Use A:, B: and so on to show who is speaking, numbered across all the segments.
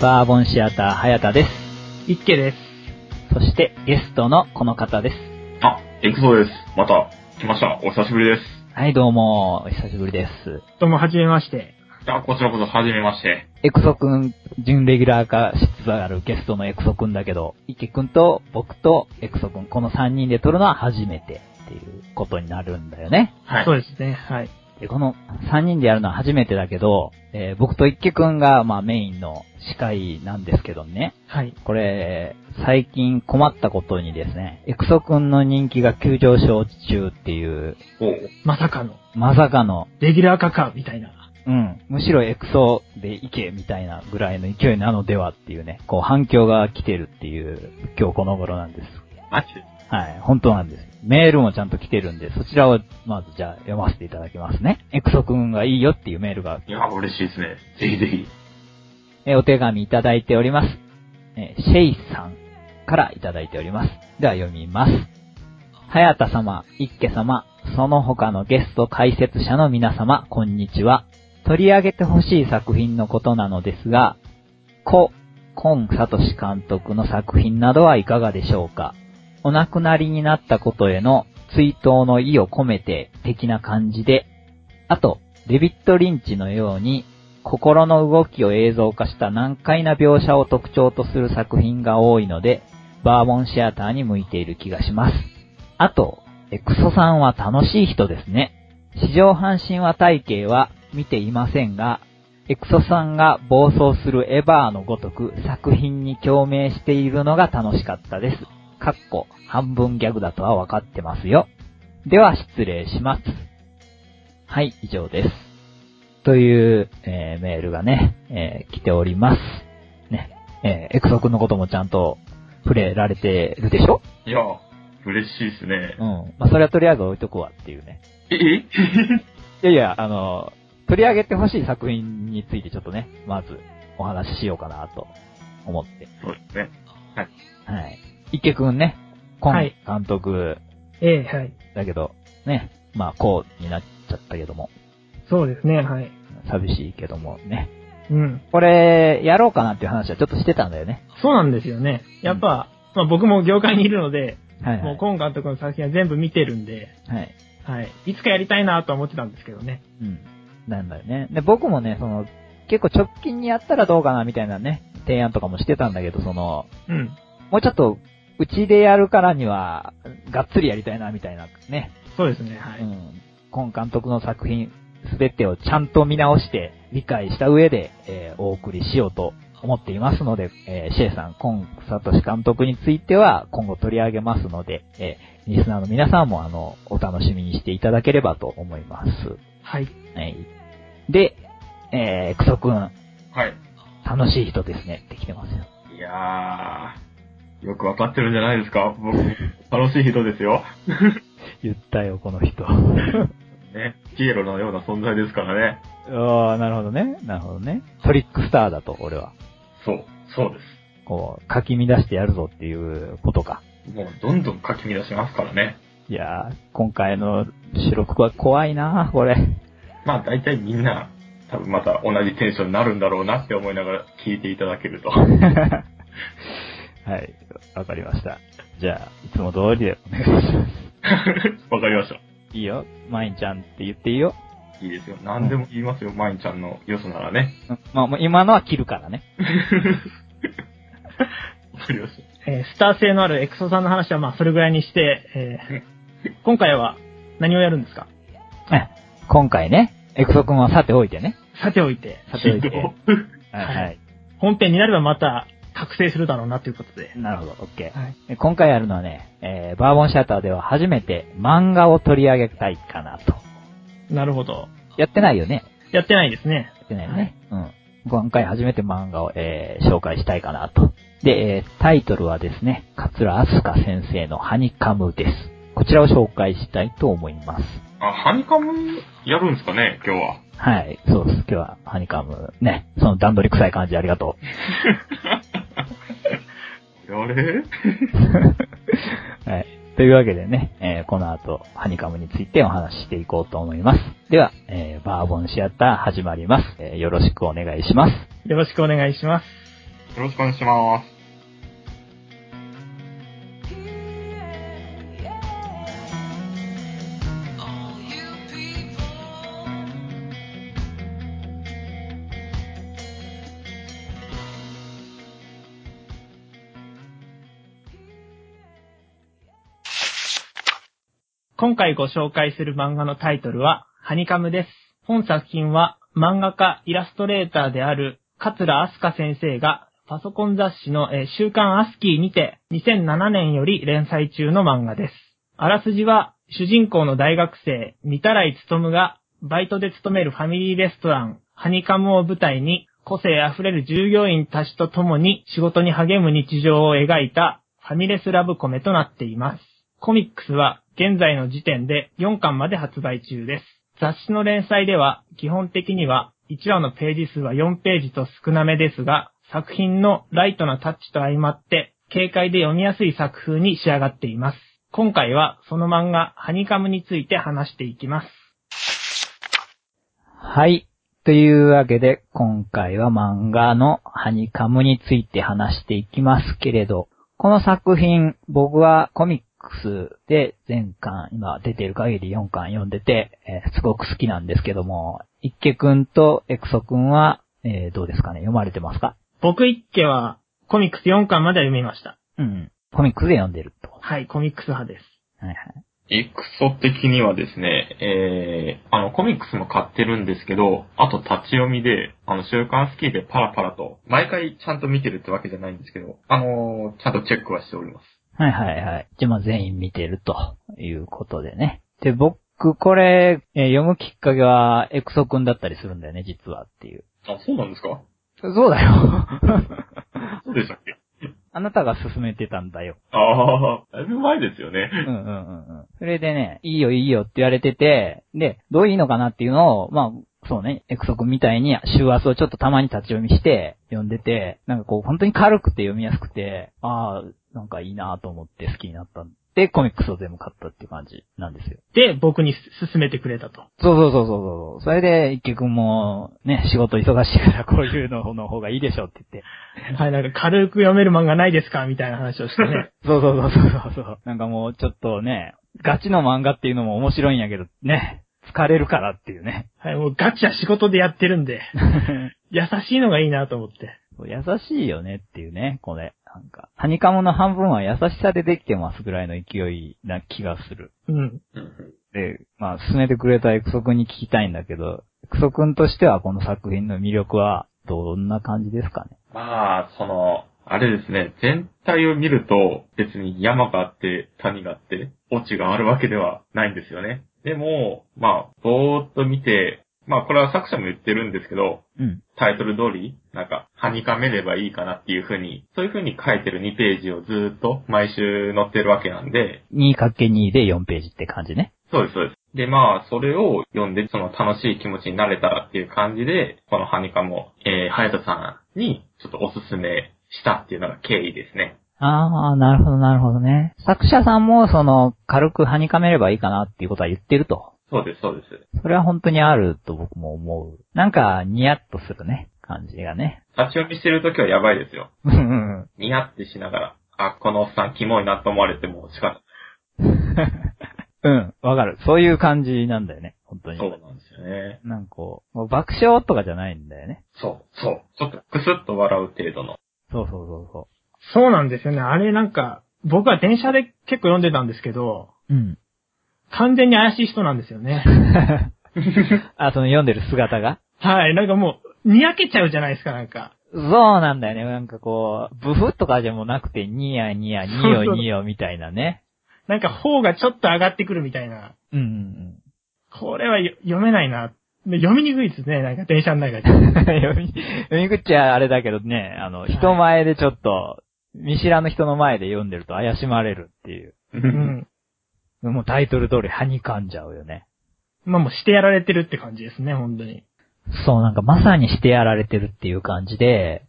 A: バーボンシアター早田です。
B: いっけです。
A: そしてゲストのこの方です。
C: あ、エクゾです。また来ました。お久しぶりです。
A: はい、どうも、お久しぶりです。
B: どうも、はじめまして。
C: あ、こちらこそ、はじめまして。
A: エクソ君、準レギュラー化しつつあるゲストのエクソ君だけど、池君と僕とエクソ君、この3人で撮るのは初めてっていうことになるんだよね。
C: はい。
B: そうですね。はい。
A: で、この3人でやるのは初めてだけど、えー僕と池君が、まあ、メインの司会なんですけどね。
B: はい。
A: これ、最近困ったことにですね、エクソ君の人気が急上昇中っていう、
C: お
B: まさかの、
A: まさかの、
B: レギュラー化か、みたいな。
A: うん、むしろエクソで行けみたいなぐらいの勢いなのではっていうね、こう反響が来てるっていう、今日この頃なんです。
C: マジで
A: はい、本当なんです。メールもちゃんと来てるんで、そちらをまずじゃあ読ませていただきますね。エクソくんがいいよっていうメールが、
C: いや、嬉しいですね。ぜひぜひ。
A: えお手紙いただいております。えシェイさんからいただいております。では読みます。早田様、一家様、その他のゲスト解説者の皆様、こんにちは。取り上げてほしい作品のことなのですが、コ・コン・サトシ監督の作品などはいかがでしょうかお亡くなりになったことへの追悼の意を込めて的な感じで、あと、デビット・リンチのように、心の動きを映像化した難解な描写を特徴とする作品が多いので、バーボンシアターに向いている気がします。あと、エクソさんは楽しい人ですね。市上半身は体系は見ていませんが、エクソさんが暴走するエバーのごとく作品に共鳴しているのが楽しかったです。かっこ、半分ギャグだとは分かってますよ。では失礼します。はい、以上です。という、えーメールがね、えー来ております。ね、えーエクソ君のこともちゃんと触れられてるでしょ
C: いや、嬉しいですね
A: う。ん。まあ、それはとりあえず置いとくわっていうね。
C: え、
A: い
C: え
A: やいや、あの、取り上げてほしい作品についてちょっとね、まずお話ししようかなと思って。
C: そうですね。
A: はい。池くんね、今
B: はい
A: 監督
B: ええはい。
A: だけど、ね、まあ、こうになっちゃったけども、
B: そうですね。はい。
A: 寂しいけどもね。
B: うん。
A: これ、やろうかなっていう話はちょっとしてたんだよね。
B: そうなんですよね。やっぱ、まあ僕も業界にいるので、
A: はい、は
B: もう
A: い。
B: コン監督の作品は全部見てるんで、
A: はい。
B: はい。いつかやりたいなとは思ってたんですけどね。
A: うん。なんだよね。で、僕もね、その、結構直近にやったらどうかなみたいなね、提案とかもしてたんだけど、その、
B: うん。
A: もうちょっと、うちでやるからには、がっつりやりたいな、みたいなね。
B: そうですね。は
A: う
B: い。
A: ん。今監督の作品、すべてをちゃんと見直して、理解した上で、えーお送りしようと思っていますので、えーシェイさん、コンサトシ監督については、今後取り上げますので、えーリスナーの皆さんも、あの、お楽しみにしていただければと思います。
B: はい。
A: はい。で、えー、クソくん、
C: はい。
A: 楽しい人ですねって来てますよ。
C: いやー、よくわかってるんじゃないですか僕、楽しい人ですよ。
A: 言ったよ、この人。
C: ね、ピエロのような存在ですからね。
A: ああ、なるほどね。なるほどね。トリックスターだと、俺は。
C: そう、そうです。
A: こう、かき乱してやるぞっていうことか。
C: もう、どんどん書き乱しますからね。
A: いやー、今回の収録は怖いなー、これ。
C: まあ、大体みんな、多分また同じテンションになるんだろうなって思いながら聞いていただけると。
A: はい、わかりました。じゃあ、いつも通りでお願いしま
C: わかりました。
A: す。いいよ、まいんちゃんって言っていいよ。
C: いいですよ。何でも言いますよ、マインちゃんの良さならね。
A: うんまあ、もう今のは切るからね。
C: わかりました。
B: えースター性のあるエクソさんの話はまあそれぐらいにして、えー今回は何をやるんですか
A: え今回ね、エクソ君はさておいてね。
B: さておいて、
A: さておいて。
C: ひ
A: は
C: どい
A: い、はい。
B: 本編になればまた覚醒するだろうなということで。
A: なるほど、オッケー。
B: はい。
A: え今回やるのはね、えーバーボンシアターでは初めて漫画を取り上げたいかなと。
B: なるほど。
A: やってないよね。
B: やってないですね。
A: やってないよね。うん。今回初めて漫画を、えー紹介したいかなと。で、えータイトルはですね、桂飛鳥先生のハニカムです。こちらを紹介したいと思います。
C: あ、ハニカムやるんですかね、今日は。
A: はい、そうです。今日はハニカム、ね、その段取り臭い感じありがと
C: あれ
A: う。 はい。というわけでね、えーこの後、ハニカムについてお話ししていこうと思います。では、えーバーボンシアター始まります。えーよろしくお願いします。
B: よろしくお願いします。
C: よろしくお願いします。
D: All you people.
B: 今回ご紹介する漫画のタイトルは、ハニカムです。本作品は、漫画家、イラストレーターである、桂アスカ先生が、パソコン雑誌の、えー週刊アスキーにて、2007年より連載中の漫画です。あらすじは、主人公の大学生、三たらいつとむが、バイトで勤めるファミリーレストラン、ハニカムを舞台に、個性あふれる従業員たちと共に仕事に励む日常を描いたファミレスラブコメとなっています。コミックスは現在の時点で4巻まで発売中です。雑誌の連載では基本的には1話のページ数は4ページと少なめですが、作品のライトなタッチと相まって軽快で読みやすい作風に仕上がっています。今回はその漫画ハニカムについて話していきます。
A: はい。というわけで、今回は漫画のハニカムについて話していきますけれど、この作品、僕はコミックスで全巻、今出てる限り4巻読んでて、えーすごく好きなんですけども、一家くんとエクソくんは、えーどうですかね読まれてますか
B: 僕一家はコミックス4巻までは読みました。
A: うん。コミックスで読んでると。は
B: はい、コミックス派です。
A: いはい。
C: エクソ的にはですね、えー、あの、コミックスも買ってるんですけど、あと立ち読みで、あの、週刊スキーでパラパラと、毎回ちゃんと見てるってわけじゃないんですけど、あのーちゃんとチェックはしております。
A: はいはいはい。じゃあまあ全員見てるということでね。で、僕これ、えー読むきっかけはエクソくんだったりするんだよね、実はっていう。
C: あ、そうなんですか
A: そうだよ。
C: そうでしたっけ
A: あなたが勧めてたんだよ。
C: ああ、だいぶ前ですよね
A: う。んうんうんうん。それでね、いいよいいよって言われてて、で、どういいのかなっていうのを、まあ、そうね、エクソ君みたいに週明日をちょっとたまに立ち読みして読んでて、なんかこう本当に軽くて読みやすくて、ああ、なんかいいなと思って好きになったんで、コミックスを全部買ったっていう感じなんですよ。
B: で、僕に勧めてくれたと。
A: そうそうそうそうそう。それで、一曲もう、ね、仕事忙しいからこういうのの方がいいでしょうって言って、
B: はい、なんか軽く読める漫画ないですかみたいな話をしてね。
A: そうそうそうそうそうそう。なんかもうちょっとね、ガチの漫画っていうのも面白いんやけど、ね、疲れるからっていうね。
B: はい、もうガチは仕事でやってるん で、優しいのがいいなと思って。
A: そう優しいよねっていうね、これ。なんか、ハニカモの半分は優しさでできてますぐらいの勢いな気がする。
B: うん。
A: で、まあ、進めてくれたエクソ君に聞きたいんだけど、エクソ君としてはこの作品の魅力はどんな感じですかね。
C: まあ、その、あれですね、全体を見ると、別に山があって、谷があって、落ちがあるわけではないんですよね。でも、まあ、ぼーっと見て、まあ、これは作者も言ってるんですけど、
A: うん。
C: タイトル通り、なんか、はにかめればいいかなっていう風に、そういう風に書いてる2ページをずーっと毎週載ってるわけなんで、
A: 2×2 で4ページって感じね。
C: そうです、そうです。で、まあ、それを読んで、その楽しい気持ちになれたらっていう感じで、このハニカも、えー、ハヤトさんに、ちょっとおすすめしたっていうのが経緯ですね。
A: ああ、なるほど、なるほどね。作者さんも、その、軽くはにかめればいいかなっていうことは言ってると。
C: そうです、そうです。
A: それは本当にあると僕も思う。なんか、ニヤッとするね。感じがね。
C: 立ち読みしてるときはやばいですよ。
A: うんうんうん。
C: ニヤってしながら、あ、このおっさんキモいなと思われても仕方ない。
A: うん、わかる。そういう感じなんだよね。本当に。
C: そうなんですよね。
A: なんかこう、もう爆笑とかじゃないんだよね。
C: そう、そう。ちょっとクスッと笑う程度の。
A: そうそうそうそ
B: そうなんですよね。あれなんか、僕は電車で結構読んでたんですけど、
A: う。うん。
B: 完全に怪しい人なんですよね。
A: あ、その読んでる姿が
B: はい、なんかもう、にやけちゃうじゃないですか、なんか。
A: そうなんだよね。なんかこう、ブフとかじゃもうなくて、ニヤニヤ、ニヨニヨみたいなね。
B: なんか方がちょっと上がってくるみたいな。
A: うんうん
B: これはよ読めないな。で読みにくいですね、なんか電車の中 で。
A: うん。読み、読み口はあれだけどね、あの、人前でちょっと、見知らぬ人の前で読んでると怪しまれるっていう。
B: う
C: うん
B: ん。
A: もうタイトル通り、はにかんじゃうよね。
B: まあもうしてやられてるって感じですね、本当に。
A: そう、なんかまさにしてやられてるっていう感じで、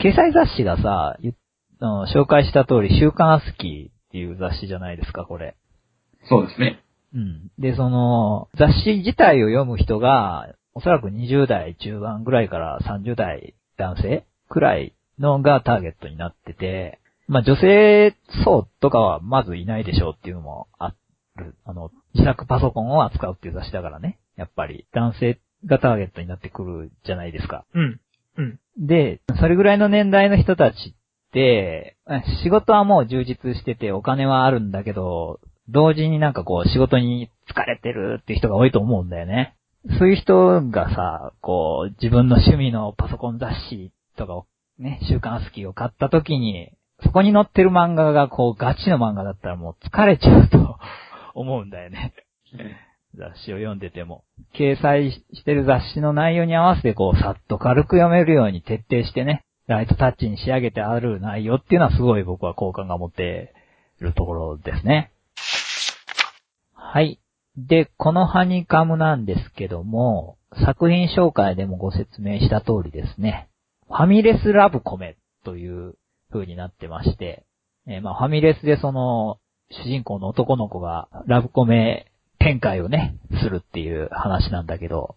A: 掲載雑誌がさ、ゆあの紹介した通り、週刊アスキーっていう雑誌じゃないですか、これ。
C: そうですね。
A: うん。で、その、雑誌自体を読む人が、おそらく20代中盤ぐらいから30代男性くらいのがターゲットになってて、まあ女性層とかはまずいないでしょうっていうのもある。あの、自宅パソコンを扱うっていう雑誌だからね。やっぱり男性がターゲットになってくるじゃないですか。
B: うん。うん。
A: で、それぐらいの年代の人たちって、あ仕事はもう充実しててお金はあるんだけど、同時になんかこう仕事に疲れてるっていう人が多いと思うんだよね。そういう人がさ、こう自分の趣味のパソコン雑誌とかをね、週刊スキーを買った時に、そこに載ってる漫画がこうガチの漫画だったらもう疲れちゃうと思うんだよね。雑誌を読んでても。掲載してる雑誌の内容に合わせてこう、さっと軽く読めるように徹底してね、ライトタッチに仕上げてある内容っていうのはすごい僕は好感が持ってるところですね。はい。で、このハニカムなんですけども、作品紹介でもご説明した通りですね、ファミレスラブコメという風になってまして、えーまあファミレスでその、主人公の男の子がラブコメ展開をね、するっていう話なんだけど、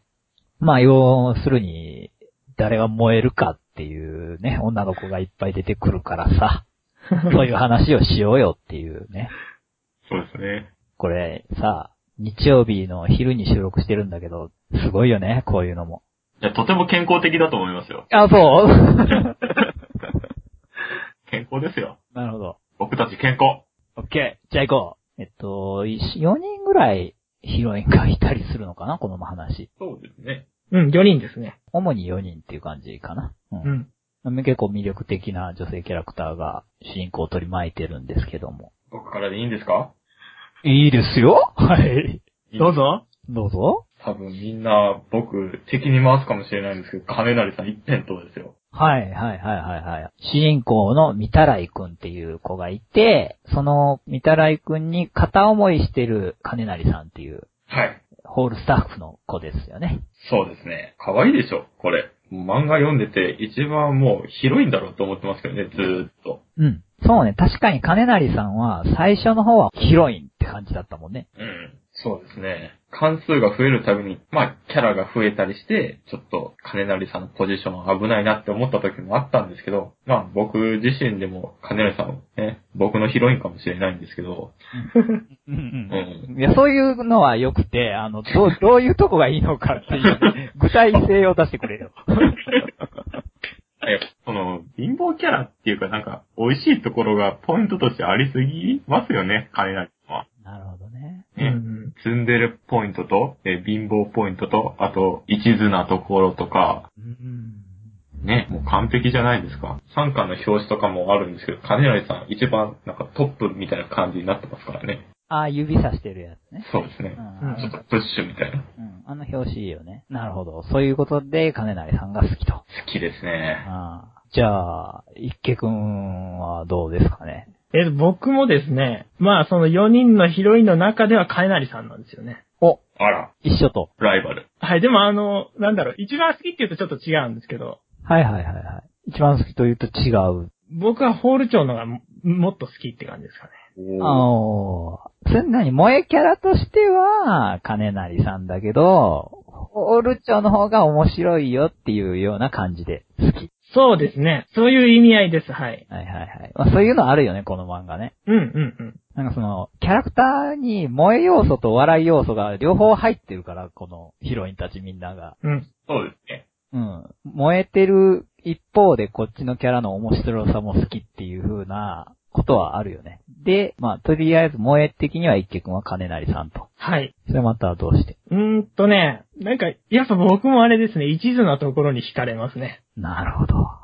A: まあ、要するに、誰が燃えるかっていうね、女の子がいっぱい出てくるからさ、 そういう話をしようよっていうね。
C: そうですね。
A: これさ、日曜日の昼に収録してるんだけど、すごいよね、こういうのも。
C: いや、とても健康的だと思います よ。
A: あ、そう
C: 健康ですよ。
A: なるほど。
C: 僕たち健康。
A: オッケー。じゃあ行こう。えっと、4人ぐらいヒロインがいたりするのかな、この話。
C: そうですね。
B: うん、4人ですね。
A: 主に4人っていう感じかな。うん
B: うん。
A: 結構魅力的な女性キャラクターが主人公を取り巻いてるんですけども。
C: 僕からでいいんですか
A: いいですよはい。
B: どう。ぞ。
A: どうぞ。
C: 多分みんな、僕、敵に回すかもしれないんですけど、金成さん一辺倒ですよ。
A: はい、はい、はい、はい、はい。主人公のみたらいくんっていう子がいて、そのみたらいくんに片思いしてる金成さんっていう、
C: はい。
A: ホールスタッフの子ですよね。
C: そうですね。可愛いでしょ、これ。漫画読んでて、一番もう広いんだろうと思ってますけどね、ずーっと。
A: うん。そうね、確かに金成さんは最初の方はヒロインって感じだったもんね。
C: うん。そうですね。関数が増えるたびに、まあ、キャラが増えたりして、ちょっと、金成さんのポジション危ないなって思った時もあったんですけど、まあ、僕自身でも金成さんはね、僕のヒロインかもしれないんですけど、
A: う
C: うんん。
A: いや、そういうのは良くて、あの、ど う、どういうとこがいいのかっていう、具体性を出してくれよ。
C: え、その、貧乏キャラっていうかなんか、美味しいところがポイントとしてありすぎますよね、金成さんは。
A: なるほどね。
B: う
C: ね
B: ん。
C: ツンデレポイントと、えー貧乏ポイントと、あと、一途なところとか、
A: うん。
C: ね、もう完璧じゃないですか。参加の表紙とかもあるんですけど、金成さん一番なんかトップみたいな感じになってますからね。
A: ああ、指さしてるやつね。
C: そうです
A: う
C: ね
A: ん。
B: うん
C: ちょっとプッシュみたいな。好
A: うんあの表紙いいよね。なるほど。そういうことで、金成さんが好きと。
C: きですね。
A: あーじゃあ、一家くんはどうですかね。
B: え、僕もですね、まあその4人のヒロインの中ではカエナリさんなんですよね。
A: お、
C: あら、
A: 一緒と。
C: ライバル。
B: はい、でもあの、なんだろう、一番好きって言うとちょっと違うんですけど、
A: はいはいはいはい。一番好きというと違う。
B: 僕はホール長のがももっと好きって感じですかね。
A: あ
C: おー
A: のー、そんなに萌えキャラとしては、金成さんだけど、オールチョの方が面白いよっていうような感じで好き。
B: そうですね。そういう意味合いです。はい。
A: はいはいはい。まあ、そういうのあるよね、この漫画ね。
B: うんうん
A: なんかその、キャラクターに萌え要素と笑い要素が両方入ってるから、このヒロインたちみんなが。
B: うん。うん。
C: そうですね。
A: うん。燃えてる一方でこっちのキャラの面白さも好きっていう風なことはあるよね。で、まあ、とりあえず萌え的には一家くんは金成さんと。
B: はい。
A: それまたどうして
B: うーんとね、なんか、やっぱ僕もあれですね、一途なところに惹かれますね。
A: なるほど。
B: は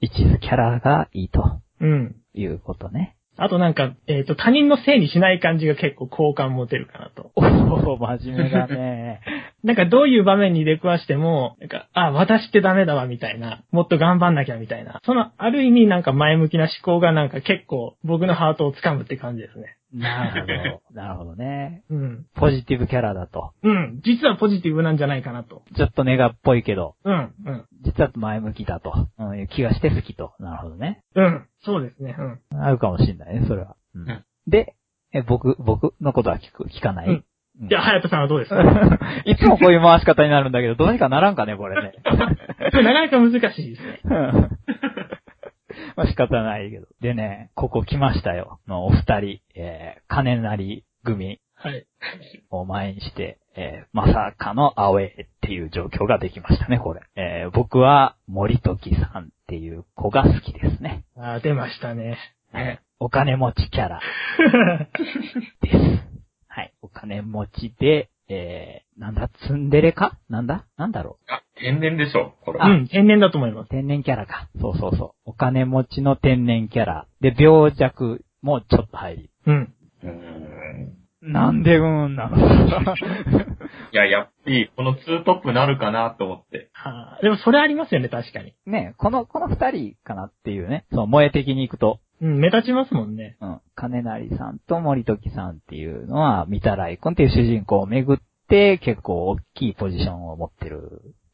B: い。
A: 一途キャラがいいと
B: うん。
A: いうことね。
B: あとなんか、えっ、と、他人のせいにしない感じが結構好感持てるかなと。
A: おお真面目だ ね。
B: なんかどういう場面に出くわしても、なんか、あ、私ってダメだわ、みたいな。もっと頑張んなきゃ、みたいな。その、ある意味なんか前向きな思考がなんか結構僕のハートを掴むって感じですね。
A: なるほど。なるほどね。
B: うん。
A: ポジティブキャラだと。
B: うん。実はポジティブなんじゃないかなと。
A: ちょっとネガっぽいけど、
B: うん。うん。
A: 実は前向きだと、うん、いう気がして好きと。なるほどね。
B: うん。そうですね。うん。
A: あるかもしんないね、それは。うん
C: ん
A: で、え、僕、僕のことは聞く、聞かない、
B: うん
A: うん
B: じゃあ、はやとさんはどうですか
A: いつもこういう回し方になるんだけど、どうにかならんかね、これね。
B: これなかなか難しいですね。
A: うんまあ仕方ないけど。でね、ここ来ましたよ。のお二人、えー、金なり組
B: はい。
A: を前にして、えー、まさかのアウェーっていう状況ができましたね、これ。えー、僕は森時さんっていう子が好きですね。
B: あー出ましたね。 ね
A: お金持ちキャラです。はい。お金持ちで、えー、なんだ、ツンデレかなんだなんだろ
C: あ、天然でしょ、これ
B: う
C: は。
B: ん、天然だと思います
A: う。天然キャラか。そうそうそう。お金持ちの天然キャラ。で、病弱もちょっと入り。
B: うん。
C: うーん。
A: なんでうんなの
C: いや、やっぱり、このツートップなるかなと思って。
B: はあ、でもそれありますよね、確かに。
A: ねこの、この二人かなっていうね。そう、萌え的に行くと。
B: うん、目立ちますも んね。
A: うん。金成さんと森時さんっていうのは、三田来君っていう主人公をめぐって、結構大きいポジションを持ってる。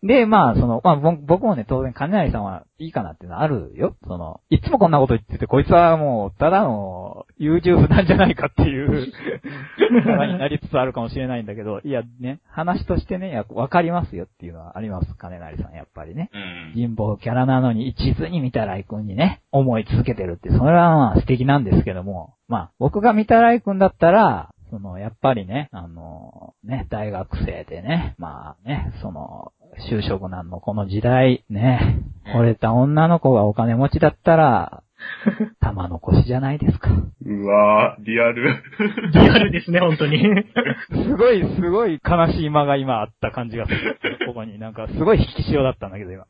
A: で、まあ、その、まあ、ぼ僕もね、当然金成さんはいいかなっていうのはあるよ。その、いつもこんなこと言ってて、こいつはもう、ただの、優柔不断じゃないかっていう、キャラになりつつあるかもしれないんだけど、いや、ね、話としてね、いやわかりますよっていうのはあります、金成さん、やっぱりね。
C: うん。
A: 人望キャラなのに一途に見たらいくんにね、思い続けてるって、それはまあ素敵なんですけども、まあ僕が見たらいくんだったら、その、やっぱりね、あの、ね、大学生でね、まあね、その、就職難のこの時代、ね、惚れた女の子がお金持ちだったら、玉残しじゃないですか。
C: うわー、リアル。
B: リアルですね、本当に。
A: すごい、すごい悲しい間が今あった感じがする。ここになんかすごい引き潮だったんだけど今。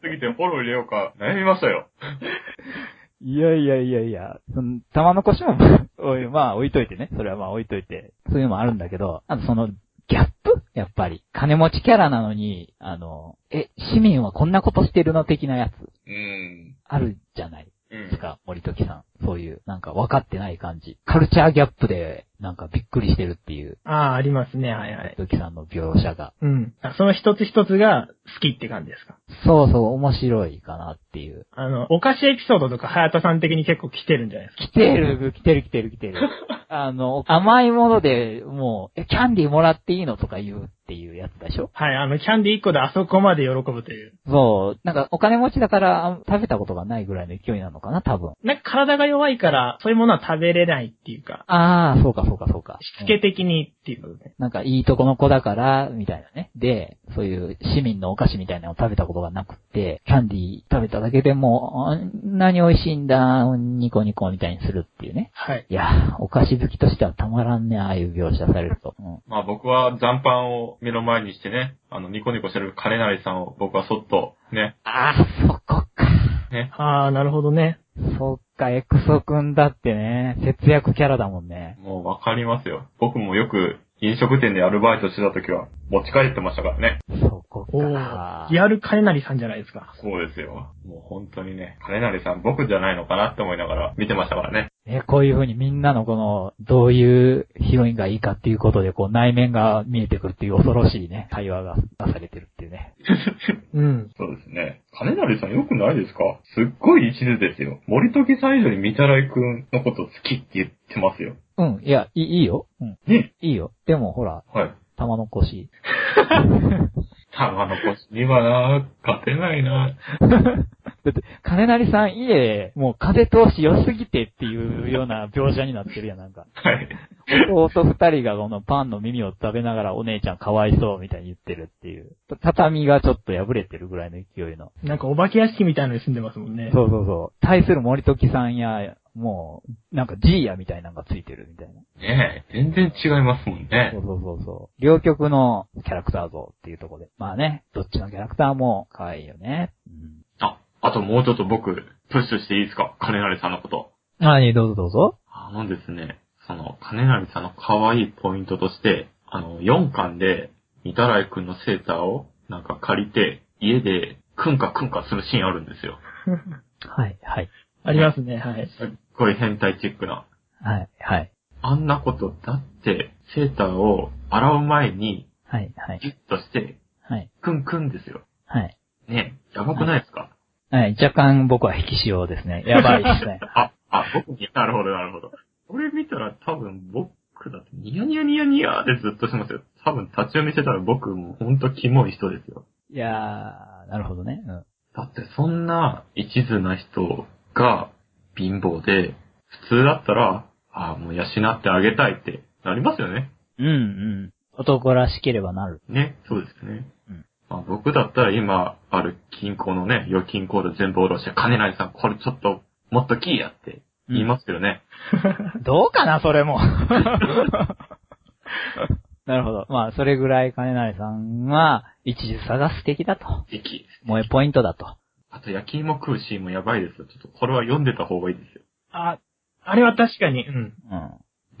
C: すぎてフォロー入れようか悩みましたよ。
A: いやいやいやいや、その、玉残しも、 おいまあ置いといてね。それはまあ置いといて。そういうのもあるんだけど、あとその、ギャップやっぱり。金持ちキャラなのに、あの、え、市民はこんなことしてるの的なやつ、
C: うん。
A: あるじゃない
C: うん
A: ですか、森時さん。そういう、なんか分かってない感じ。カルチャーギャップで、なんかびっくりしてるっていう、
B: ああ、ありますね、はいはい。
A: 森時さんの描写が。
B: うん。あその一つ一つが好きって感じですか。
A: そうそう、面白いかなっていう。
B: あの、お菓子エピソードとか、早田さん的に結構来てるんじゃないですか。
A: 来てる、来てる、来てる、来て る。あの、甘いもので、もう、え、キャンディーもらっていいのとか言うっていうやつでしょ
B: はい、あの、キャンディー1個であそこまで喜ぶという。
A: そう。なんか、お金持ちだから、あ食べたことがないぐらいの勢いなのかな、多分。
B: なんか体が弱いから、そういうものは食べれないっていうか、
A: ああ、そうか、そうか、そうか。
B: しつけ的にっていうことで。
A: なんか、いいとこの子だから、みたいなね。で、そういう市民のお菓子みたいなのを食べたことがなくて、キャンディー食べただけでも、あんなに美味しいんだ、ニコニコみたいにするっていうね。
B: はい。
A: いや、お菓子好きとしてはたまらんね、ああいう描写されると。うん
C: まあ僕は残飯を目の前にしてね、あの、ニコニコしてる金成さんを僕はそっと、ね、
A: ああ、そこか。
C: ね。
B: ああ、なるほどね。
A: そっか、エクソ君だってね、節約キャラだもんね。
C: もうわかりますよ。僕もよく飲食店でアルバイトしてた時は持ち帰ってましたからね。
A: そこ
B: おお
A: か。
B: リアル金成さんじゃないですか。
C: そうですよ。もう本当にね、金成さん僕じゃないのかなって思いながら見てましたから ね。
A: ね、こういう風にみんなのこの、どういうヒロインがいいかっていうことで、こう内面が見えてくるっていう恐ろしいね、会話が出されてるっていうね。
B: うん。
C: そうですね。金成さん良くないですかすっごい一途ですよ。森時さん以上に三たらいくんのこと好きって言ってますよ。
A: うん、いや、いいいいよ。うん。
C: ね。
A: いいよ。でもほら、
C: はい。
A: 玉の腰。
C: 玉の腰にはな、勝てないな。
A: だって、金成さん家、もう風通し良すぎてっていうような描写になってるやん、なんか。
C: はい。
A: 弟二人がこのパンの耳を食べながらお姉ちゃんかわいそうみたいに言ってるっていう。た畳がちょっと破れてるぐらいの勢いの。
B: なんかお化け屋敷みたいのに住んでますもんね。
A: そうそうそう。対する森時さんや、もう、なんかジーヤみたいなのがついてるみたいな。
C: ねえ、全然違いますもん
A: そ
C: ね
A: う。そうそうそう。両極のキャラクター像っていうところで。まあね、どっちのキャラクターも可愛いよね。う
C: あ、あともうちょっと僕、プッシュしていいですか金成さんのこと。
A: ん。あ、いいどうぞどうぞ。
C: あのですね、その、金成さんの可愛いポイントとして、あの、4巻で、三たらいくんのセーターを、なんか借りて、家で、くんかくんかするシーンあるんですよ。
A: はい、はい。
B: ありますね、はい。
C: すっごい変態チックな。
A: はい、はい。
C: あんなことだって、セーターを洗う前に、
A: はい、はい。
C: ギュッとして、
A: はい、
C: くんくんですよ。
A: はい。
C: ねえ、やばくないですか、
A: はい、若干僕は引き潮ですね。やばいです ね。
C: あ、あ、僕に、な るほど、なるほど。これ見たら多分僕だって、ニヤニヤニヤニヤでずっとしてますよ。多分立ち読みしてたら僕もうほんとキモい人ですよ。
A: いやー、なるほどね。うん。
C: だってそんな一途な人が貧乏で、普通だったら、ああ、もう養ってあげたいってなりますよね。
A: うんうん。男らしければなる。
C: ね、そうですね。
A: うん
C: まあ、僕だったら今ある銀行のね、預金コード全部下ろして、金成さんこれちょっともっとキーやって言いますけどね。
A: どうか な、それも。なるほど。まあ、それぐらい金成さんは、一時差が素敵だと。
C: でき
A: 萌えポイントだと。
C: あと焼き芋食うシーンもやばいですよ。ちょっとこれは読んでた方がいいですよ。
B: あ、あれは確かに、うん。
A: うん。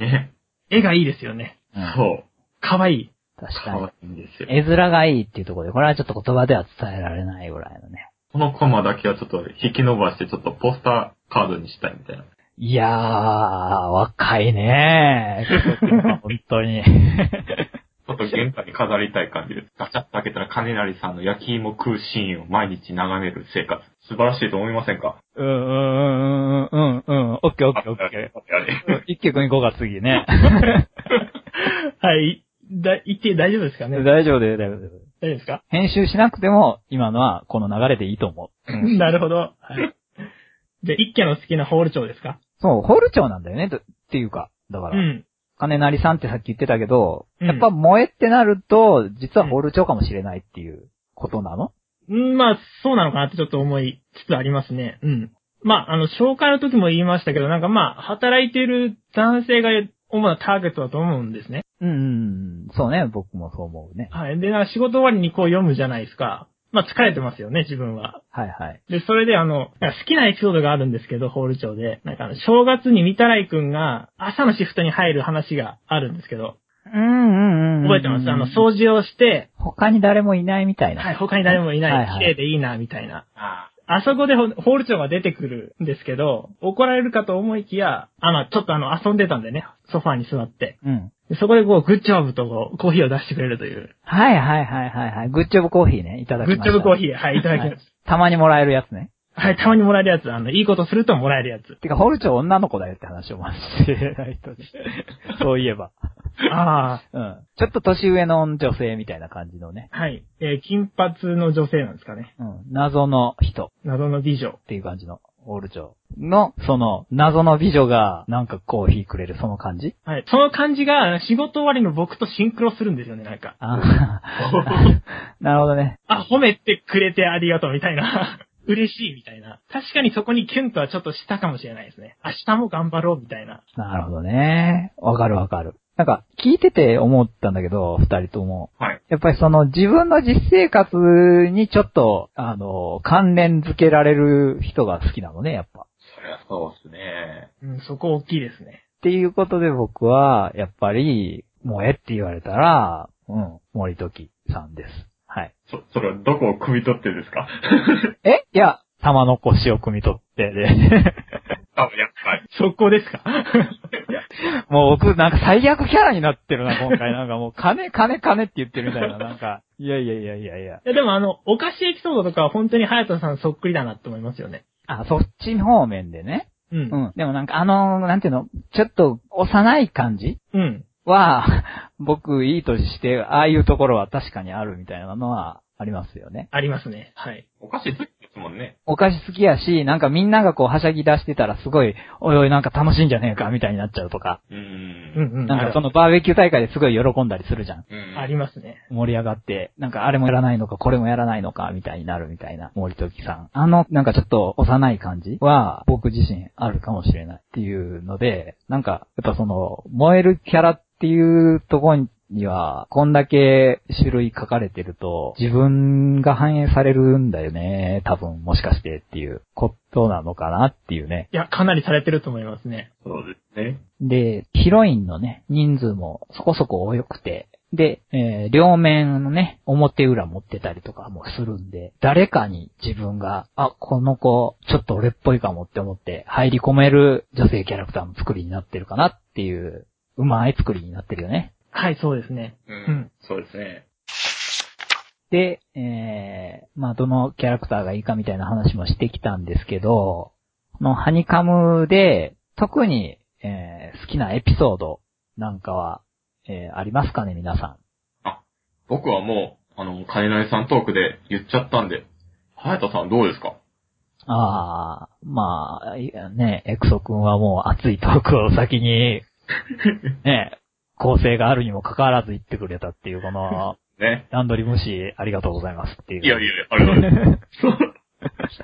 C: ね。
B: 絵がいいですよね。
A: うん、
C: そう。
B: かわい い。
A: 確か
C: 可
A: に。
C: 愛いんですよ。
A: 絵面がいいっていうところで、これはちょっと言葉では伝えられないぐらいのね。
C: このコマだけはちょっと引き伸ばして、ちょっとポスターカードにしたいみたいな。
A: いやー、若いね本当に。
C: ちょっと玄関に飾りたい感じです。ガチャッと開けたら金成さんの焼き芋食うシーンを毎日眺める生活。素晴らしいと思いませんか
A: うんうんうんうんうんうん。オッケーオッケーオッケ
C: あれ
A: ー。一曲に行こうか、次ね。
B: はい。だ、言って大丈夫ですかね
A: 大丈夫です、大丈夫です。
B: 大丈夫ですか
A: 編集しなくても、今のはこの流れでいいと思う。
B: なるほど。はい。じゃあ、一家の好きなホール長ですか
A: そう、ホール長なんだよね、とっていうか。だか
B: う
A: ら、
B: ん。
A: 金成さんってさっき言ってたけど、
B: うん
A: やっぱ萌えってなると、実はホール長かもしれないっていうことなの
B: うんまあ、そうなのかなってちょっと思いつつありますね。うん。まあ、あの、紹介の時も言いましたけど、なんかまあ、働いてる男性が主なターゲットだと思うんですね。
A: うんうんうん、そうね、僕もそう思うね。
B: はい。で、なんか仕事終わりにこう読むじゃないですか。まあ、疲れてますよね、自分は。
A: はいはい。
B: で、それであの、なんか好きなエピソードがあるんですけど、ホール長で。なんかあの、正月に三たらいくんが朝のシフトに入る話があるんですけど、
A: うんうんうん。
B: 覚えてますあの、掃除をして、
A: 他に誰もいないみたいな。
B: はい、他に誰もい
A: はい
B: ない
A: は、い
B: 綺麗でいいな、みたいな。
C: あ
B: あそこでホホール長が出てくるんですけど、怒られるかと思いきや、あの、ちょっとあの、遊んでたんでね、ソファーに座って。
A: うん。
B: でそこでこう、グッジョブとこうコーヒーを出してくれるという。
A: はいはいはいはいはい。グッジョブコーヒーね、いただき
B: グ
A: ました。
B: ッジョブコー
A: ー。
B: ヒー、はい、いただきました
A: たまにもらえるやつね。。
B: はい、たまにもらえるやつ、あの、いいことするともらえるやつ。
A: てか、ホルチョ女の子だよって話をまずしてない とね。そういえば。
B: あ
A: うん。ちょっと年上の女性みたいな感じのね。
B: あ、 はい。えー金髪の女性なんですかね。
A: うん。謎の人
B: 謎の美女。
A: っていう感じの、ホルチョの、その、謎の美女が、なんかコーヒーくれる、その感じ
B: はい。その感じが、仕事終わりの僕とシンクロするんですよね、なんか。
A: あーなるほどね。
B: あ、褒めてくれてありがとうみたいな。 嬉しいみたいな。確かにそこにキュンとはちょっとしたかもしれないですね。明日も頑張ろうみたいな。
A: なるほどね。わかるわかる。なんか、聞いてて思ったんだけど、二人とも。
C: あ。はい。
A: やっぱりその自分の実生活にちょっと、あの、関連付けられる人が好きなのね、やっぱ。っ
C: そりゃそうですね。
B: うん、そこ大きいですね。
A: ていうことで僕は、やっぱり、萌えって言われたら、うん、森時さんです。はい。
C: そ、それはどこを汲み取ってですか
A: えいや、玉の腰を汲み取ってで。
C: あ、やっぱり。
B: そこですか
A: もう僕なんか最悪キャラになってるな、今回。なんかもう金、 金、金って言ってるみたいな、なんか。いやいやいやいやいや。
B: いやでもあの、お菓子エピソードとかは本当に隼人さんそっくりだなって思いますよね。
A: あ、そっち方面でね。
B: うん
A: う。ん。でもなんかあの、なんていうの、ちょっと幼い感じ
B: うん。
A: は、 僕、いい年して、ああいうところは確かにあるみたいなのはありますよね。
B: ありますね。はい。
C: お菓子好きですもんね。
A: お菓子好きやし、なんかみんながこう、はしゃぎ出してたらすごい、おいおいなんか楽しいんじゃねえか、みたいになっちゃうとか。
C: うー
B: うん
C: ん。
B: うん。
A: なんかそのバーベキュー大会ですごい喜んだりするじゃん。
C: うん。
B: ありますね。
A: 盛り上がって、なんかあれもやらないのか、これもやらないのか、みたいになるみたいな、森時さん。あの、なんかちょっと幼い感じは、僕自身あるかもしれないっていうので、なんか、やっぱその、燃えるキャラっていうところには、こんだけ種類書かれてると、自分が反映されるんだよね、多分、もしかしてっていうことなのかなっていうね。
B: いや、かなりされてると思いますね。
C: そうですね。
A: で、ヒロインのね、人数もそこそこ多くて、で、えー両面のね、表裏持ってたりとかもするんで、誰かに自分が、あ、この子、ちょっと俺っぽいかもって思って、入り込める女性キャラクターの作りになってるかなっていう、うまい作りになってるよね。
B: はい、そうですね。
C: う
B: うん。
C: そうですね。
A: で、えー、まあ、どのキャラクターがいいかみたいな話もしてきたんですけど、このハニカムで、特に、えー好きなエピソードなんかは、えーありますかね、皆さん。
C: 僕はもう、あの、金成さんトークで言っちゃったんで、早田さんどうですか
A: ああ、まあ、いやね、エクソ君はもう熱いトークを先に、ね、構成があるにもかかわらず言ってくれたっていう、この、
C: ね。
A: 段取り無視ありがとうございますっていう。
C: いやいやいや、ありがとうございます。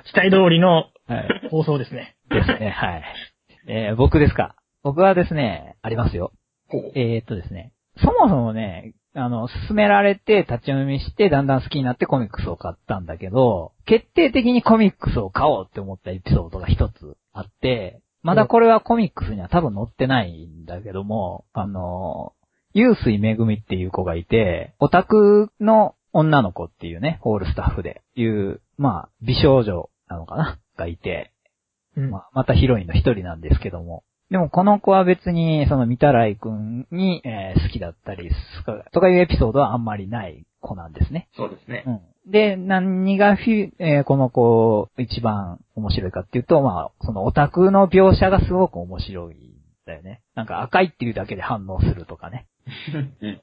B: 期待通りの
A: はい。
B: 放送ですね。
A: ですね、はい。えー僕ですか。僕はですね、ありますよ。
C: ほう
A: えーっとですね、そもそもね、あの、勧められて立ち読みして、だんだん好きになってコミックスを買ったんだけど、決定的にコミックスを買おうって思ったエピソードが一つあって、まだこれはコミックスには多分載ってないんだけども、あの、ゆうすいめぐみっていう子がいて、オタクの女の子っていうね、ホールスタッフで、いう、まあ、美少女なのかながいて、
B: うん。
A: まあ、またヒロインの一人なんですけども。でもこの子は別に、その見たらいくんに、えー好きだったりすか、とかいうエピソードはあんまりない子なんですね。
C: そうですね。
A: うん。で、何がフィ、えーこの子一番面白いかっていうと、まあ、そのオタクの描写がすごく面白いんだよね。なんか赤いっていうだけで反応するとかね。
C: うん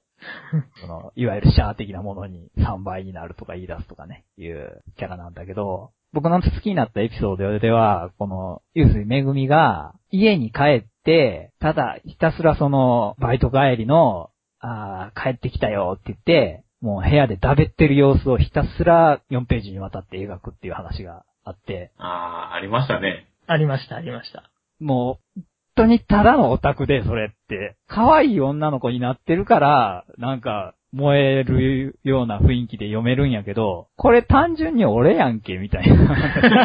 A: その、いわゆるシャア的なものに3倍になるとか言い出すとかね、いうキャラなんだけど、僕の好きになったエピソードでは、この、ゆうすいめぐみが、家に帰って、ただ、ひたすらその、バイト帰りの、あー帰ってきたよって言って、もう部屋でだべってる様子をひたすら4ページにわたって描くっていう話があって、
C: あー、ありましたね。
B: ありました、ありました。
A: もう、本当にただのオタクで、それって。可愛い女の子になってるから、なんか、燃えるような雰囲気で読めるんやけど、これ単純に俺やんけ、みたいな。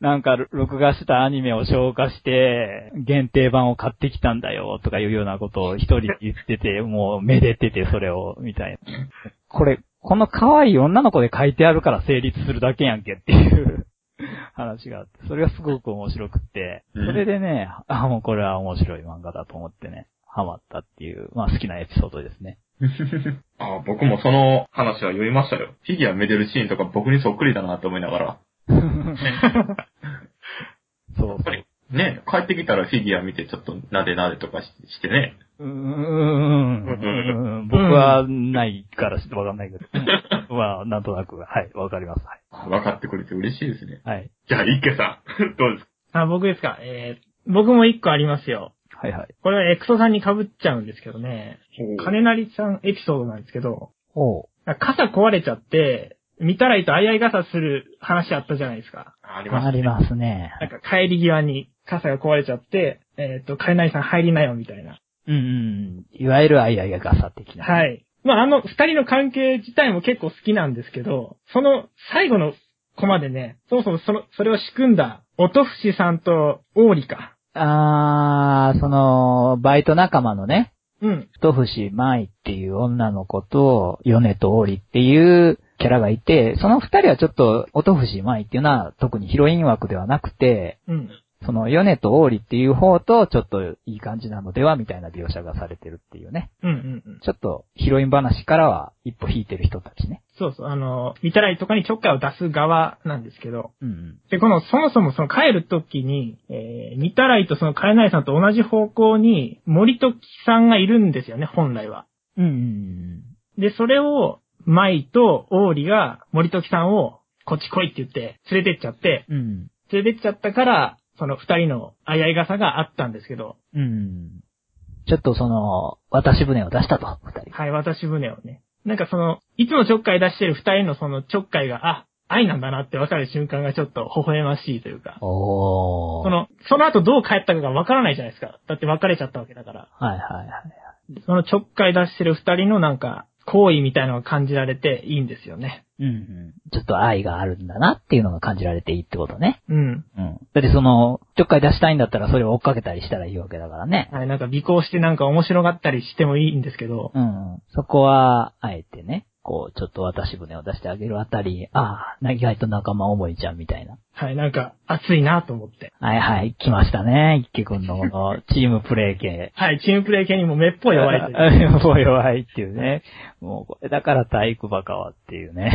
A: なんか、録画したアニメを消化して、限定版を買ってきたんだよ、とかいうようなことを一人で言って て、もう、めでてて、それを、みたいな。これ、この可愛い女の子で書いてあるから成立するだけやんけっていう 話があって、それがすごく面白くって、そ
C: うん
A: れでね、あ、もうこれは面白い漫画だと思ってね、ハマったっていう、まあ好きなエピソードです ね。
C: あー僕もその話は読みましたよ。フィギュアめでるシーンとか僕にそっくりだなと思いながら。
A: そう
C: やっぱりね、帰ってきたらフィギュア見てちょっとなでなでとかししてね。
A: うーんうーん僕はないからちょっとわかんないけど。まあ、なんとなく、はい、わかります。はい
C: あ分かってくれて嬉しいですね。
A: はい。
C: じゃあ、一家さん、 どうですか
B: あ、僕ですか。えー、僕も一個ありますよ。
A: はいはい。
B: これはエクソさんに被っちゃうんですけどね。
C: 金
B: 金成さんエピソードなんですけど、
A: おう。
B: 傘壊れちゃって、見たらいとあいあい傘する話あったじゃないですか。
C: あります、ね。
A: ありますね。
B: なんか帰り際に傘が壊れちゃって、えっ、と、金成さん入りなよみたいな。
A: うんうん。いわゆるあいあいがガサ的な。い。
B: はい。まあ、あの、二人の関係自体も結構好きなんですけど、その最後のコマでね、そもそもその、それを仕組んだ、音節さんと王里か。
A: あー、その、バイト仲間のね、
B: うん。
A: 太節舞っていう女の子と、米と織っていうキャラがいて、その二人はちょっと、音節舞っていうのは特にヒロイン枠ではなくて、
B: うん。
A: その、ヨネとオーリっていう方と、ちょっといい感じなのでは、みたいな描写がされてるっていうね。
B: うんうんうん。
A: ちょっと、ヒロイン話からは、一歩引いてる人たちね。
B: そうそう、あの、見たらいとかにちょっかいを出す側なんですけど、
A: うん
B: で、この、そもそもその帰るときに、えー、見たらいとその金成さんと同じ方向に、森時さんがいるんですよね、本来は。
A: うん。うん。
B: で、それを、舞と王里が森時さんを、こっち来いって言って、連れてっちゃって、
A: うん。
B: 連れてっちゃったから、その二人のあいあい傘があったんですけど、
A: うん。ちょっとその、渡し船を出したと、二人。
B: はい、私船をね。なんかその、いつもちょっかい出してる二人のそのちょっかいが、あ、愛なんだなってわかる瞬間がちょっと微笑ましいというか、
A: おー。
B: その、その後どう帰ったかがわからないじゃないですか。だって別れちゃったわけだから。
A: はいはいはい。
B: そのちょっかい出してる二人のなんか、行為みたいなのが感じられていいんですよね。
A: うん、うん。ちょっと愛があるんだなっていうのが感じられていいってことね。
B: うん。
A: うん。だってその、ちょっかい出したいんだったらそれを追っかけたりしたらいいわけだからね。
B: はい、なんか尾行してなんか面白がったりしてもいいんですけど、
A: うんうん。そこは、あえてね、こう、ちょっと渡し船を出してあげるあたり、ああ、な意外と仲間思いじゃんみたいな。
B: はい、なんか熱いなと思って。
A: はいはい、来ましたね。一輝くんのこの、チームプレイ系。
B: はい、チームプレイ系にもめっぽい弱いとい
A: い。
B: う。
A: もう弱いっていうね。もうこれだから体育バカはっていうね。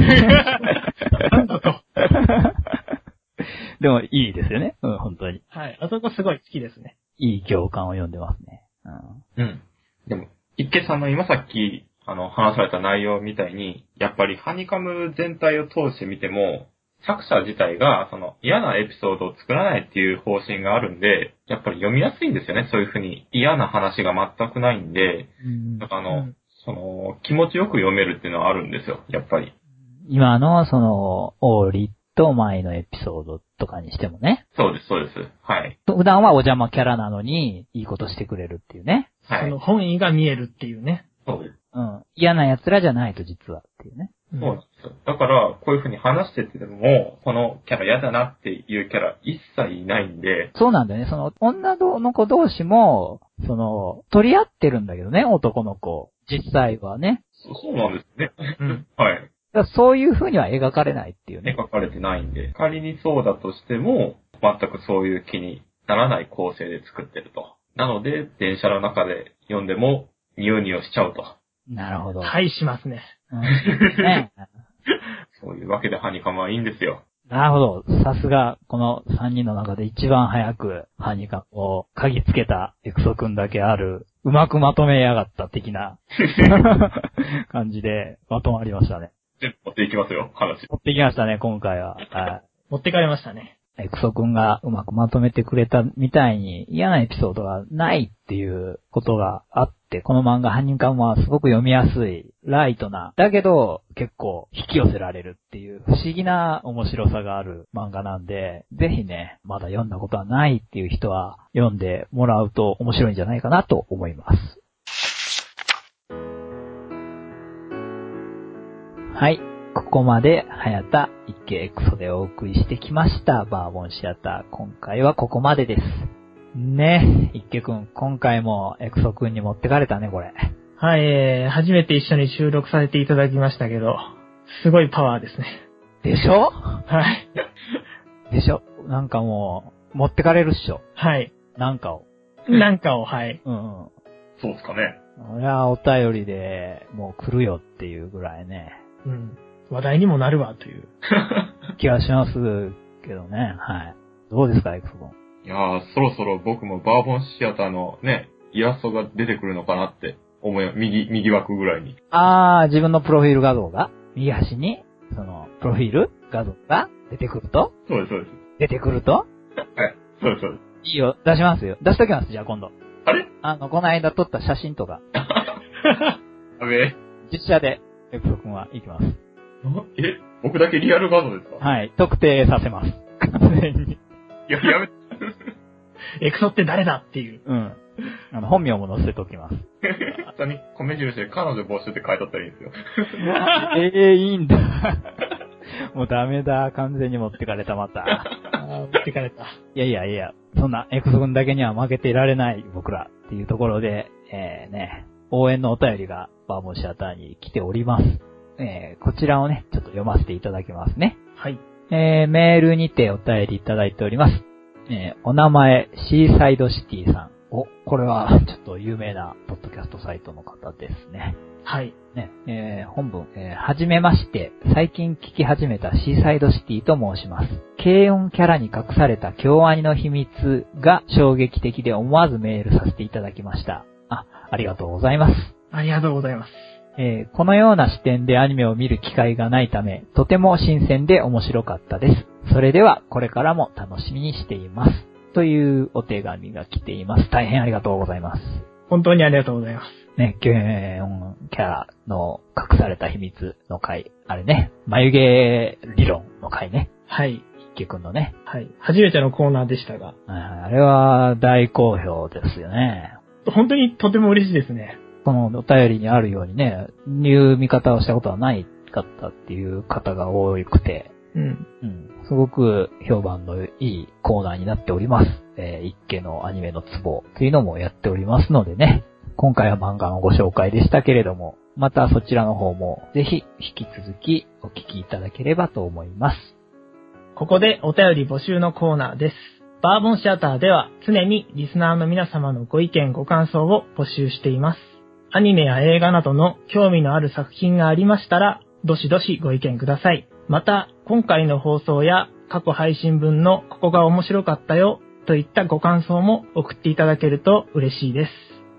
B: なんだと。
A: でもいいですよね。うん、本当に。
B: はい。あそこすごい好きですね。
A: いい行間を読んでますね。うん。
C: うん。でも、一家さんの今さっきあの、話された内容みたいに、やっぱりハニカム全体を通してみても、作者自体が、その、嫌なエピソードを作らないっていう方針があるんで、やっぱり読みやすいんですよね、そういうふうに。嫌な話が全くないんで、
A: うん
C: なんかあ
B: う
C: の、
B: ん
C: その、気持ちよく読めるっていうのはあるんですよ、やっぱり。
A: 今の、その、オーリと前のエピソードとかにしてもね。
C: そうです、そうです。はい。
A: 普段はお邪魔キャラなのに、いいことしてくれるっていうね。
C: はい。
B: その本意が見えるっていうね。
C: そうです。
A: うん。嫌な奴らじゃないと、実はっていうね。
B: うん
C: そうなんですよ。だから、こういう風に話してても、このキャラ嫌だなっていうキャラ一切いないんで、
A: そうなんだよね。その、女の子同士も、その、取り合ってるんだけどね、男の子。実際はね。
C: そそうなんですね。
B: うん。
C: はい。
A: だからそういう風には描かれないっていうね。
C: 描かれてないんで、仮にそうだとしても、全くそういう気にならない構成で作ってると。なので、電車の中で読んでも、ニオニオしちゃうと。
A: なるほど。
B: はい、しますね。
A: うんね
C: そういうわけでハニカマはいいんですよ。
A: なるほど。さすが、この3人の中で一番早く、ハニカムを嗅ぎつけたエクソ君だけある、うまくまとめやがった的 な感じで、まとまりましたね。
C: 全部持っていきますよ、話。
A: 持ってきましたね、今回は。は
B: 持ってかれましたね。
A: い。エクソ君がうまくまとめてくれたみたいに嫌なエピソードがないっていうことがあって、この漫画ハニカムはすごく読みやすい、ライトな、だけど結構引き寄せられるっていう不思議な面白さがある漫画なんで、ぜひね、まだ読んだことはないっていう人は読んでもらうと面白いんじゃないかなと思います。はい。ここまで、はやた、一景エクソでお送りしてきました。バーボンシアター。今回はここまでです。ねえ、一景くん、今回もエクソくんに持ってかれたね、これ。
B: はい、えー初めて一緒に収録させていただきましたけど、すごいパワーですね。
A: でしょ
B: はい。
A: でしょなんかもう、持ってかれるっしょ。
B: はい。
A: なんかを。
B: なんかを、はい。
A: うんうん。
C: そうですかね。
A: 俺はお便りで、もう来るよっていうぐらいね、
B: うん。話題にもなるわ、という。
A: 気がしますけどね、はい。どうですか、エクソくん。
C: いやー、そろそろ僕もバーボンシアターのね、イラストが出てくるのかなって思い、右、右枠ぐらいに。
A: あー、自分のプロフィール画像が、右端に、その、プロフィール画像が出てくると
C: そうです、そうです。
A: 出てくると
C: そうです、そうで
A: い
C: す。
A: いよ、出しますよ。出しときます、じゃあ今度。
C: あれ
A: あの、この間撮った写真とか、
C: やべえ。
A: 実写で、エプソ君は行きます。
C: なえ僕だけリアル画像ですか
A: はい、特定させます。完全に。
C: いや、やめ、
B: エクソって誰だっていう。
A: うん。あの、本名も載せておきます。
C: 下に米印で彼女募集って書いてあったらいいんですよ。
A: ええいいんだ。 もうダメだ、完全に持ってかれた、また。
B: あー持ってかれた。
A: いやいやいや、そんな、エクソ君だけには負けていられない、僕ら。っていうところで、えー、ね、応援のお便りが、バーボンシアターに来ております。えー、こちらをね、ちょっと読ませていただきますね。
B: はい。
A: えーメールにてお便りいただいております。えーお名前、シーサイドシティさん。お、これは、 ちょっと有名な、ポッドキャストサイトの方ですね。
B: はい。
A: ね、えー本文、えーはじめまして、最近聞き始めたシーサイドシティと申します。軽音キャラに隠された京アニの秘密が衝撃的で思わずメールさせていただきました。あ、ありがとうございます。
B: ありがとうございます。
A: えーこのような視点でアニメを見る機会がないため、とても新鮮で面白かったです。それでは、これからも楽しみにしています。というお手紙が来ています。大変ありがとうございます。
B: 本当にありがとうございます。
A: ね、キキャラの隠された秘密の回、あれね、眉毛理論の回ね、
B: はい。
A: ヒッケんのね、
B: はい。初めてのコーナーでしたが、
A: あーあれは大好評ですよね。
B: 本当にとても嬉しいですね。
A: このお便りにあるようにね、いう見方をしたことはないかったっていう方が多くて、
B: うん。
A: うん。すごく評判のいいコーナーになっております。えー一家のアニメのツボというのもやっておりますのでね。今回は漫画のご紹介でしたけれども、またそちらの方もぜひ引き続きお聞きいただければと思います。
B: ここでお便り募集のコーナーです。バーボンシアターでは常にリスナーの皆様のご意見ご感想を募集しています。アニメや映画などの興味のある作品がありましたら、どしどしご意見ください。また、今回の放送や過去配信分のここが面白かったよといったご感想も送っていただけると嬉しいです。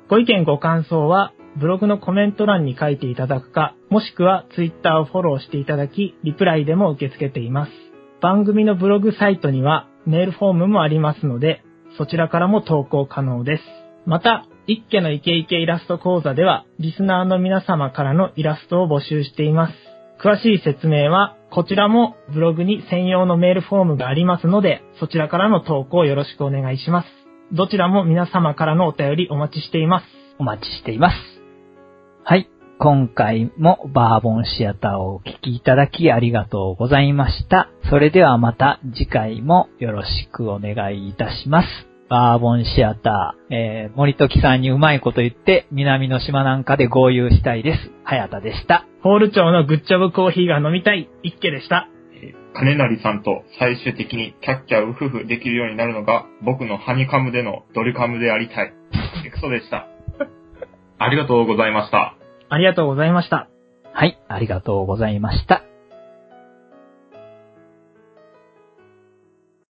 B: ご意見ご感想は、ブログのコメント欄に書いていただくか、もしくはツイッターをフォローしていただき、リプライでも受け付けています。番組のブログサイトにはメールフォームもありますので、そちらからも投稿可能です。また、一家のイケイケイラスト講座では、リスナーの皆様からのイラストを募集しています。詳しい説明は、こちらもブログに専用のメールフォームがありますので、そちらからの投稿よろしくお願いします。どちらも皆様からのお便りお待ちしています。
A: お待ちしています。はい。今回もバーボンシアターをお聞きいただきありがとうございました。それではまた次回もよろしくお願いいたします。バーボンシアター、えー、森時さんにうまいこと言って、南の島なんかで合流したいです。早田でした。
B: ホール長のグッジョブコーヒーが飲みたい、一家でした。
C: えー金成さんと最終的にキャッキャウフフできるようになるのが僕のハニカムでのドリカムでありたい。クソで した。ありがとうございました。
B: ありがとうございました。
A: はい、ありがとうございました。